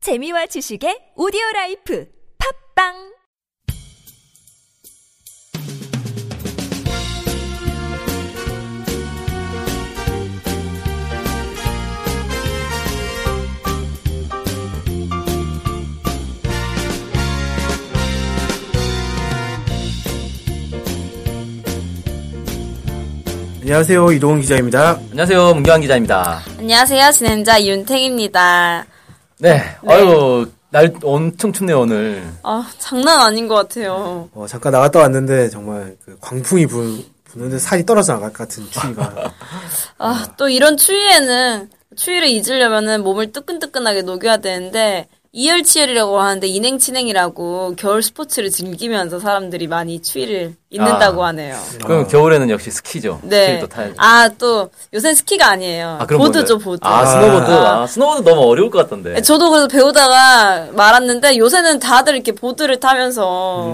재미와 지식의 오디오 라이프 팝빵 안녕하세요. 이동훈 기자입니다. 안녕하세요, 문경환 기자입니다. 안녕하세요. 진행자 윤탱입니다. 네, 아유, 날 엄청 춥네요, 오늘. 아, 장난 아닌 것 같아요. 어, 잠깐 나갔다 왔는데 정말 그 광풍이 부, 부는데 살이 떨어져 나갈 것 같은 추위가 아, 또 이런 추위에는, 추위를 잊으려면은 몸을 뜨끈뜨끈하게 녹여야 되는데, 이열치열이라고 하는데, 인행치냉이라고 겨울 스포츠를 즐기면서 사람들이 많이 추위를 잊는다고 아. 하네요. 그럼 겨울에는 역시 스키죠. 네. 스키도 타야죠. 아, 또, 요새 스키가 아니에요. 아, 그럼 보드죠, 뭔데? 보드. 아, 스노보드. 아, 네. 스노보드 너무 어려울 것 같던데. 저도 그래서 배우다가 말았는데, 요새는 다들 이렇게 보드를 타면서,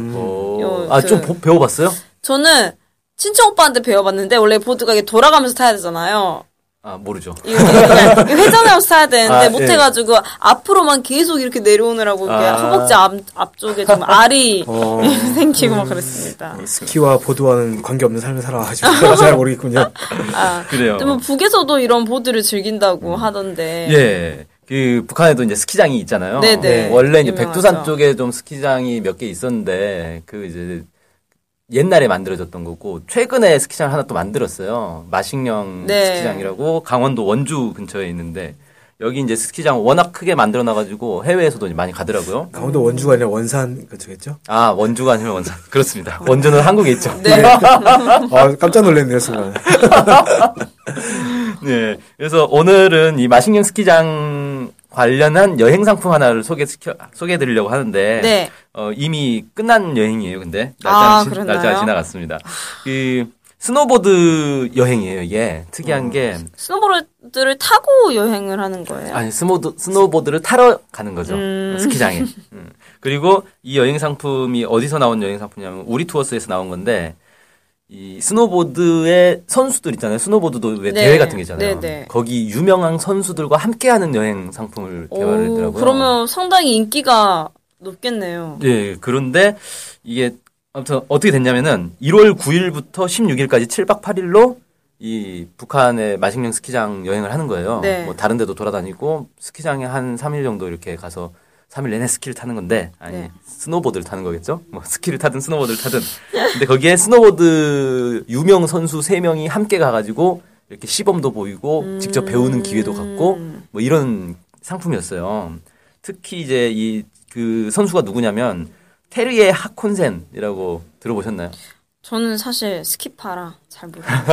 오. 요, 아, 그- 좀 보- 배워봤어요? 저는 친척 오빠한테 배워봤는데 원래 보드가 이게 돌아가면서 타야 되잖아요. 아, 모르죠. 이게 그냥 회전하면서 타야 되는데 아, 못해가지고 앞으로만 계속 이렇게 내려오느라고 이렇게 아. 허벅지 앞, 앞쪽에 좀 알이 어, 생기고 막 그랬습니다. 스키와 보드와는 관계없는 삶을 살아가지고 잘 모르겠군요. 아, 그래요. 근데 뭐 북에서도 이런 보드를 즐긴다고 하던데. 예. 그 북한에도 이제 스키장이 있잖아요. 네. 네네. 원래 이제 유명하죠. 백두산 쪽에 좀 스키장이 몇 개 있었는데 그 이제 옛날에 만들어졌던 거고 최근에 스키장 을 하나 또 만들었어요. 마식령 네. 스키장이라고 강원도 원주 근처에 있는데 여기 이제 스키장 워낙 크게 만들어 놔 가지고 해외에서도 이제 많이 가더라고요. 강원도 원주가 아니라 원산 그쪽겠죠? 아, 원주가 아니면 원산. 그렇습니다. 원주는 한국에 있죠. 네. 아, 깜짝 놀랐네요, 순간. 네. 그래서 오늘은 이 마식령 스키장 관련한 여행 상품 하나를 소개시켜 소개해 드리려고 하는데 네. 어, 이미 끝난 여행이에요. 근데 아, 날짜 그랬나요? 아. 날짜 지나갔습니다. 그 스노보드 여행이에요. 이게 음. 특이한 게 스노보드를 타고 여행을 하는 거예요. 아니 스노드, 스노보드를 타러 가는 거죠 스키장에. 음. 그리고 이 여행 상품이 어디서 나온 여행 상품이냐면 우리 투어스에서 나온 건데 이 스노보드의 선수들 있잖아요. 스노보드도 왜 네. 대회 같은 게 있잖아요. 네, 네. 거기 유명한 선수들과 함께하는 여행 상품을 오, 개발했더라고요. 그러면 상당히 인기가 높겠네요. 예, 그런데 이게 아무튼 어떻게 됐냐면은 1월 9일부터 16일까지 7박 8일로 이 북한의 마식령 스키장 여행을 하는 거예요. 네. 뭐 다른 데도 돌아다니고 스키장에 한 3일 정도 이렇게 가서 3일 내내 스키를 타는 건데 아니 네. 스노보드를 타는 거겠죠? 뭐 스키를 타든 스노보드를 타든. 근데 거기에 스노보드 유명 선수 3명이 함께 가 가지고 이렇게 시범도 보이고 직접 배우는 기회도 갖고 뭐 이런 상품이었어요. 특히 이제 이 그 선수가 누구냐면 테르의 하콘센이라고 들어보셨나요? 저는 사실 스키파라 잘 모르겠어요.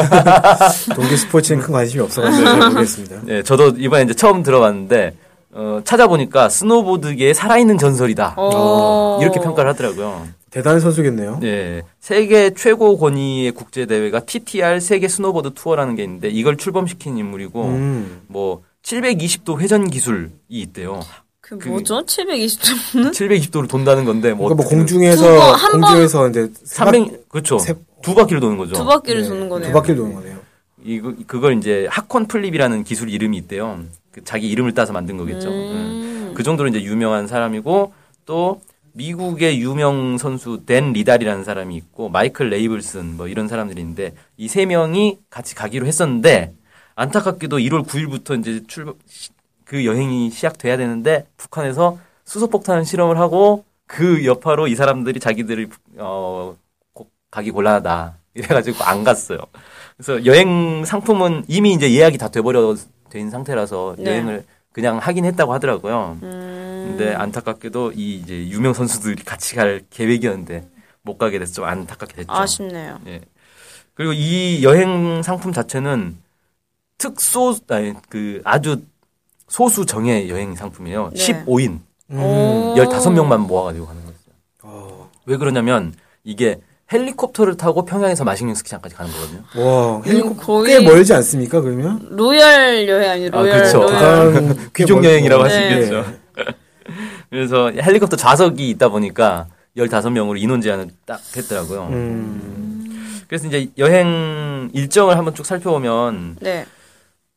동계 스포츠에는 큰 관심이 없어가지고 잘 모르겠습니다. 네, 저도 이번에 이제 처음 들어봤는데 어, 찾아보니까 스노보드계의 살아있는 전설이다. 오. 어, 이렇게 평가를 하더라고요. 대단한 선수겠네요. 예. 세계 최고 권위의 국제 대회가 TTR 세계 스노보드 투어라는 게 있는데 이걸 출범시킨 인물이고 음. 뭐 720도 회전 기술이 있대요. 그 그- 뭐죠? 720점. 720도를 돈다는 건데 뭐, 그러니까 뭐 어떻게- 공중에서, 한 번- 공중에서 이제 세 바- 300 그렇죠. 세- 두 바퀴를 도는 거죠. 두 바퀴를 네, 도는 거네요. 두 바퀴를 도는 거네요. 이거 그걸 이제 하콘 플립이라는 기술 이름이 있대요. 그 자기 이름을 따서 만든 거겠죠. 음. 그 정도로 이제 유명한 사람이고 또 미국의 유명 선수 댄 리달이라는 사람이 있고 마이클 레이블슨 뭐 이런 사람들인데 이 세 명이 같이 가기로 했었는데 안타깝게도 1월 9일부터 이제 출발 시- 그 여행이 시작돼야 되는데 북한에서 수소폭탄 실험을 하고 그 여파로 이 사람들이 자기들이 어 고- 가기 곤란하다 이래가지고 안 갔어요. 그래서 여행 상품은 이미 이제 예약이 다 돼버려 된 상태라서 네. 여행을 그냥 하긴 했다고 하더라고요. 음, 근데 안타깝게도 이 이제 유명 선수들이 같이 갈 계획이었는데 못 가게 돼서 좀 안타깝게 됐죠. 아쉽네요. 예. 그리고 이 여행 상품 자체는 특소 아니 그 아주 소수 정예 여행 상품이에요. 네. 15인 음. 오. 15명만 모아 가지고 가는 거죠. 어, 왜 그러냐면 이게 헬리콥터를 타고 평양에서 마식령 스키장까지 가는 거거든요. 와, 헬리콥터 거의- 네, 꽤 멀지 않습니까, 그러면? 로열 여행 아니 로열 그렇죠. 로열. 대단한 귀족 꽤 여행이라고 멀- 네. 할 수 있겠죠. 네. 그래서 헬리콥터 좌석이 있다 보니까 15명으로 인원 제한을 딱 했더라고요. 음. 그래서 이제 여행 일정을 한번 쭉 살펴보면 네.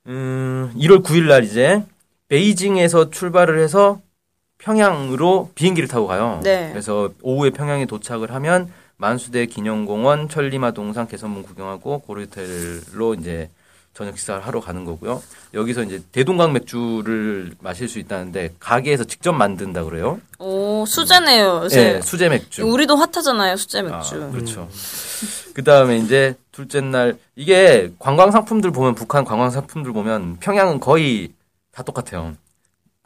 음, 1월 9일 날 이제 베이징에서 출발을 해서 평양으로 비행기를 타고 가요. 네. 그래서 오후에 평양에 도착을 하면 만수대 기념공원, 천리마 동상 개선문 구경하고 고르텔로 이제 저녁 식사를 하러 가는 거고요. 여기서 이제 대동강 맥주를 마실 수 있다는데 가게에서 직접 만든다 그래요. 오, 수제네요, 네, 요새. 수제 맥주. 우리도 핫하잖아요, 수제 맥주. 아, 그렇죠. 그 다음에 이제 둘째 날 이게 관광 상품들 보면 북한 관광 상품들 보면 평양은 거의 다 똑같아요.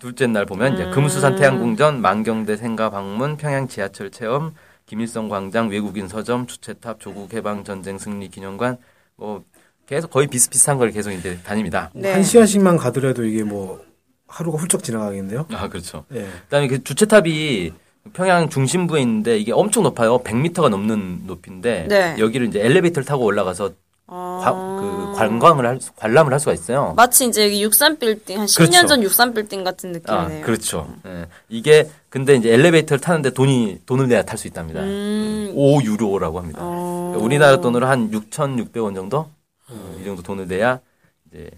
둘째 날 보면 이제 금수산 태양궁전, 만경대 생가 방문, 평양 지하철 체험, 김일성 광장, 외국인 서점, 주체탑, 조국 해방 전쟁 승리 기념관 뭐 계속 거의 비슷비슷한 걸 계속 이제 다닙니다. 네. 한 시간씩만 가더라도 이게 뭐 하루가 훌쩍 지나가겠는데요. 아 그렇죠. 예. 그다음에 그 주체탑이 평양 중심부에 있는데 이게 엄청 높아요. 100m가 넘는 높인데 네. 여기를 이제 엘리베이터를 타고 올라가서 아. 과- 그 관광을 할 수- 관람을 할 수가 있어요. 마치 이제 여기 63빌딩, 한 10년 그렇죠. 전 63빌딩 같은 아, 느낌이네요. 그렇죠. 예. 이게 근데 이제 엘리베이터를 타는데 돈이 돈을 내야 탈 수 있답니다. 음. 5 유로라고 합니다. 어. 그러니까 우리나라 돈으로 한 6,600원 정도 어, 이 정도 돈을 내야 이제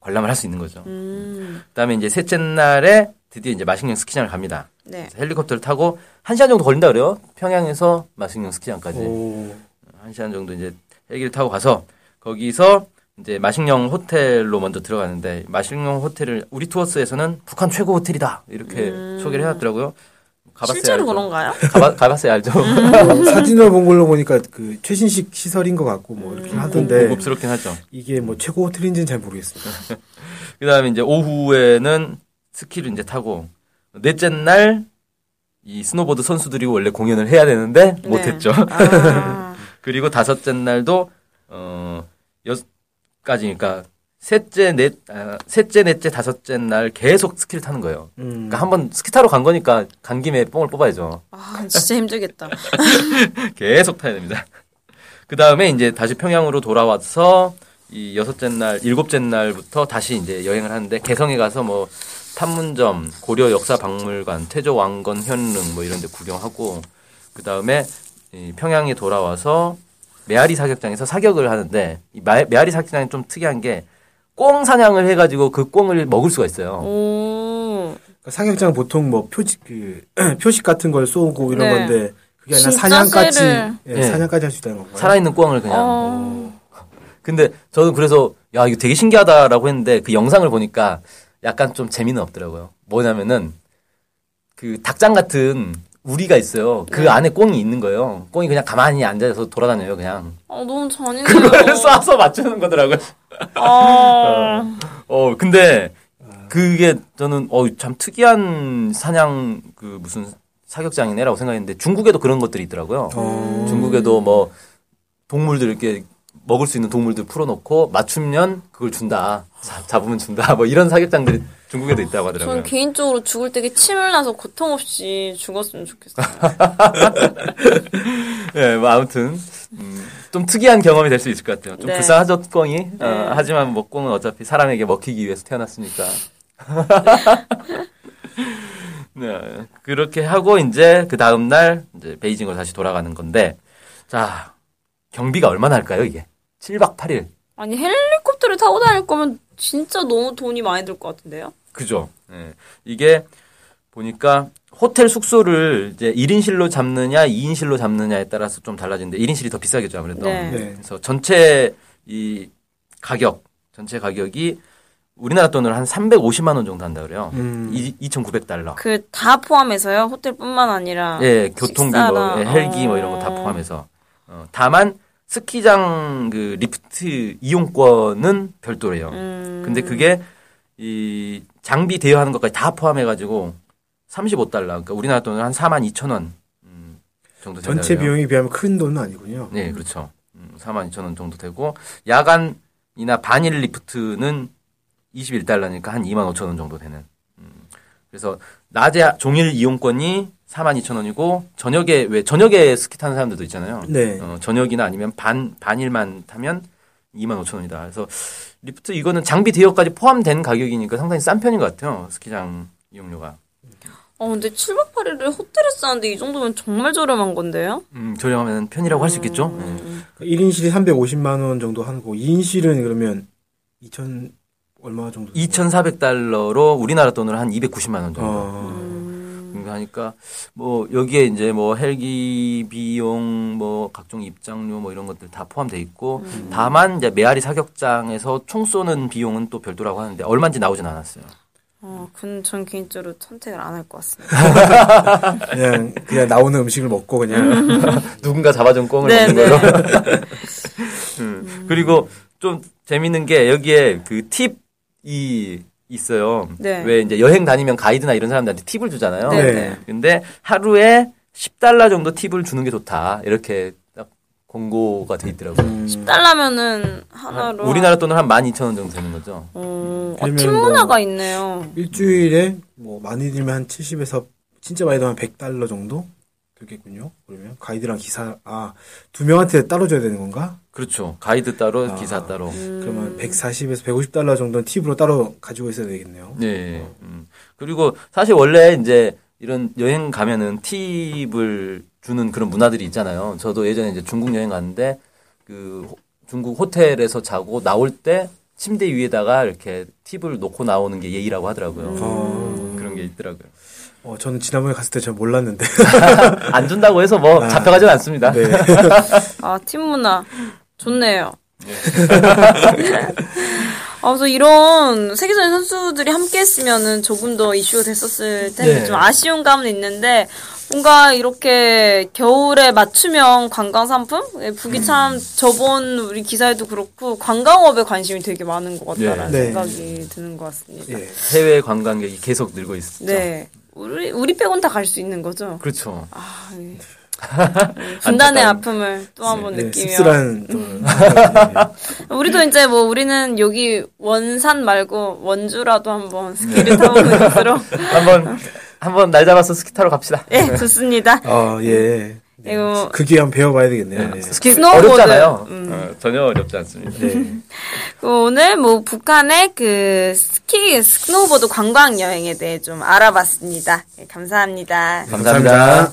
관람을 할 수 있는 거죠. 음. 그다음에 이제 셋째 날에 드디어 이제 마식령 스키장을 갑니다. 네. 그래서 헬리콥터를 타고 1시간 정도 걸린다 그래요. 평양에서 마식령 스키장까지. 오. 한 시간 정도 이제 헬기를 타고 가서 거기서 이제 마식령 호텔로 먼저 들어가는데 마식령 호텔을 우리 투어스에서는 북한 최고 호텔이다 이렇게 소개를 해놨더라고요. 가봤어요. 음. 실제로 그런가요? 음. 가봐, 가봤어요 알죠. 뭐 사진을 본 걸로 보니까 그 최신식 시설인 것 같고 뭐 음. 이렇게 하던데 고급스럽긴 하죠. 이게 뭐 최고 호텔인지는 잘 모르겠습니다. 그다음에 이제 오후에는 스키를 이제 타고 넷째 날 이 스노보드 선수들이 원래 공연을 해야 되는데 네. 못했죠. 아. 그리고 다섯째 날도 어 여섯까지니까 그러니까 셋째 넷 아, 셋째 넷째 다섯째 날 계속 스키를 타는 거예요. 음. 그러니까 한번 스키 타러 간 거니까 간 김에 뽕을 뽑아야죠. 아, 진짜 힘들겠다. 계속 타야 됩니다. 그 다음에 이제 다시 평양으로 돌아와서 이 여섯째 날 일곱째 날부터 다시 이제 여행을 하는데 개성에 가서 뭐 판문점, 고려 역사 박물관, 태조 왕건 현릉 뭐 이런 데 구경하고 그 다음에 평양에 돌아와서 메아리 사격장에서 사격을 하는데 이 마- 메아리 사격장이 좀 특이한 게 꽁 사냥을 해가지고 그 꽁을 먹을 수가 있어요. 오. 그러니까 사격장 보통 뭐 표지 그 표식 같은 걸 쏘고 이런 네. 건데 그게 아니라 진짜 사냥까지 쇠를. 예, 네. 사냥까지 할 수 있다는 건가요? 살아있는 꽁을 그냥 뭐. 어. 근데 저는 그래서 야 이거 되게 신기하다라고 했는데 그 영상을 보니까 약간 좀 재미는 없더라고요. 뭐냐면은 그 닭장 같은 우리가 있어요. 그 안에 꽁이 있는 거예요. 꽁이 그냥 가만히 앉아서 돌아다녀요. 그냥 아, 너무 잔인해요. 그거를 쏴서 맞추는 거더라고요. 아. 어 근데 그게 저는 어참 특이한 사냥 그 무슨 사격장이네라고 생각했는데 중국에도 그런 것들이 있더라고요. 어. 중국에도 뭐 동물들 이렇게 먹을 수 있는 동물들 풀어놓고 맞추면 그걸 준다. 자- 잡으면 준다. 뭐 이런 사격장들이 중국에도 있다고 저는 하더라고요. 개인적으로 죽을 때 이게 침을 나서 고통 없이 죽었으면 좋겠어요. 예, 뭐 아무튼 음, 좀 특이한 경험이 될 수 있을 것 같아요. 좀 네. 불쌍하죠 꽁이. 어, 하지만 뭐 꽁은 어차피 사람에게 먹히기 위해서 태어났으니까. 네, 그렇게 하고 이제 그 다음 날 이제 베이징으로 다시 돌아가는 건데 자 경비가 얼마나 할까요 이게? 7박 8일. 아니, 헬리콥터를 타고 다닐 거면 진짜 너무 돈이 많이 들 것 같은데요? 그죠. 예. 이게 보니까 호텔 숙소를 이제 1인실로 잡느냐 2인실로 잡느냐에 따라서 좀 달라지는데 1인실이 더 비싸겠죠 아무래도. 네. 네. 그래서 전체 이 가격 전체 가격이 우리나라 돈으로 한 350만 원 정도 한다 그래요. 음. 이 2,900달러. 그 다 포함해서요? 호텔뿐만 아니라. 예, 교통비 뭐 식사나, 예, 헬기 뭐 이런 거 다 어. 포함해서. 어, 다만 스키장 그 리프트 이용권은 별도래요. 음. 근데 그게 이 장비 대여하는 것까지 다 포함해가지고 35달러. 그러니까 우리나라 돈으로 한 4만 2천 원 음, 정도 된다 전체 그래요. 비용에 비하면 큰 돈은 아니군요. 네, 그렇죠. 음, 4만 2천 원 정도 되고 야간이나 반일 리프트는 21달러니까 한 2만 5천 원 정도 되는. 음, 그래서 낮에 종일 이용권이 4만 2천 원이고 저녁에 왜 저녁에 스키 타는 사람들도 있잖아요. 네. 어, 저녁이나 아니면 반 반일만 타면 2만 5천 원이다. 그래서 리프트 이거는 장비 대여까지 포함된 가격이니까 상당히 싼 편인 것 같아요. 스키장 이용료가. 어, 근데 7박 8일을 호텔에서 자는데 이 정도면 정말 저렴한 건데요? 음, 저렴하면 편이라고 할 수 있겠죠. 네. 1인실이 350만 그러니까 원 정도 하고 2인실은 그러면 2천 얼마 정도? 2,400달러로 우리나라 돈으로 한 290만 원 정도. 어. 하니까 뭐 여기에 이제 뭐 헬기 비용 뭐 각종 입장료 뭐 이런 것들 다 포함돼 있고 음. 다만 이제 메아리 사격장에서 총 쏘는 비용은 또 별도라고 하는데 얼마인지 나오진 않았어요. 어, 근데 전 개인적으로 선택을 안 할 것 같습니다. 그냥 그냥 나오는 음식을 먹고 그냥 누군가 잡아준 꽁을 네, 먹는 거죠. 음. 그리고 좀 재밌는 게 여기에 그 팁이 있어요. 네. 왜 이제 여행 다니면 가이드나 이런 사람들한테 팁을 주잖아요. 네, 네. 네. 근데 하루에 10달러 정도 팁을 주는 게 좋다. 이렇게 딱 공고가 돼 있더라고요. 10달러면은 하나로. 우리나라 돈으로 한 12,000원 정도 되는 거죠. 어, 어, 그러면 팀 뭐- 문화가 있네요. 일주일에 뭐 많이 들면 한 70에서 진짜 많이 들면 한 100달러 정도 들겠군요. 그러면 가이드랑 기사 아 두 명한테 따로 줘야 되는 건가? 그렇죠. 가이드 따로, 아. 기사 따로. 음. 그러면 140에서 150달러 정도는 팁으로 따로 가지고 있어야 되겠네요. 네. 음. 그리고 사실 원래 이제 이런 여행 가면은 팁을 주는 그런 문화들이 있잖아요. 저도 예전에 이제 중국 여행 갔는데 그 호- 중국 호텔에서 자고 나올 때 침대 위에다가 이렇게 팁을 놓고 나오는 게 예의라고 하더라고요. 음. 그런 게 있더라고요. 어, 저는 지난번에 갔을 때 전 몰랐는데. 안 준다고 해서 뭐 잡혀가진 않습니다. 네. 아, 팀 문화. 좋네요. 아, 그래서 이런 세계적인 선수들이 함께 했으면은 조금 더 이슈가 됐었을 텐데 네. 좀 아쉬운 감은 있는데 뭔가 이렇게 겨울에 맞춤형 관광 상품? 예, 북이 참 음. 저번 우리 기사에도 그렇고 관광업에 관심이 되게 많은 것 같다라는 네. 네. 생각이 드는 것 같습니다. 예. 해외 관광객이 계속 늘고 있죠. 네. 우리, 우리 빼곤 다 갈 수 있는 거죠? 그렇죠. 아, 예. 분단의 안타까운- 아픔을 또 한 번 음. 네, 느끼며. 씁쓸한 또 네. 우리도 이제 뭐 우리는 여기 원산 말고 원주라도 한번 스키를 네. 타보는 것으로 한번 한번 날 잡아서 스키 타러 갑시다. 예 네. 좋습니다. 아, 예. 네. 이거- 그 기회 한번 배워봐야 되겠네요. 네. 스키 스노우보드. 어렵잖아요. 음. 어, 전혀 어렵지 않습니다. 네. 그 오늘 뭐 북한의 그 스키 스노우보드 관광 여행에 대해 좀 알아봤습니다. 예, 감사합니다. 네. 감사합니다.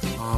아,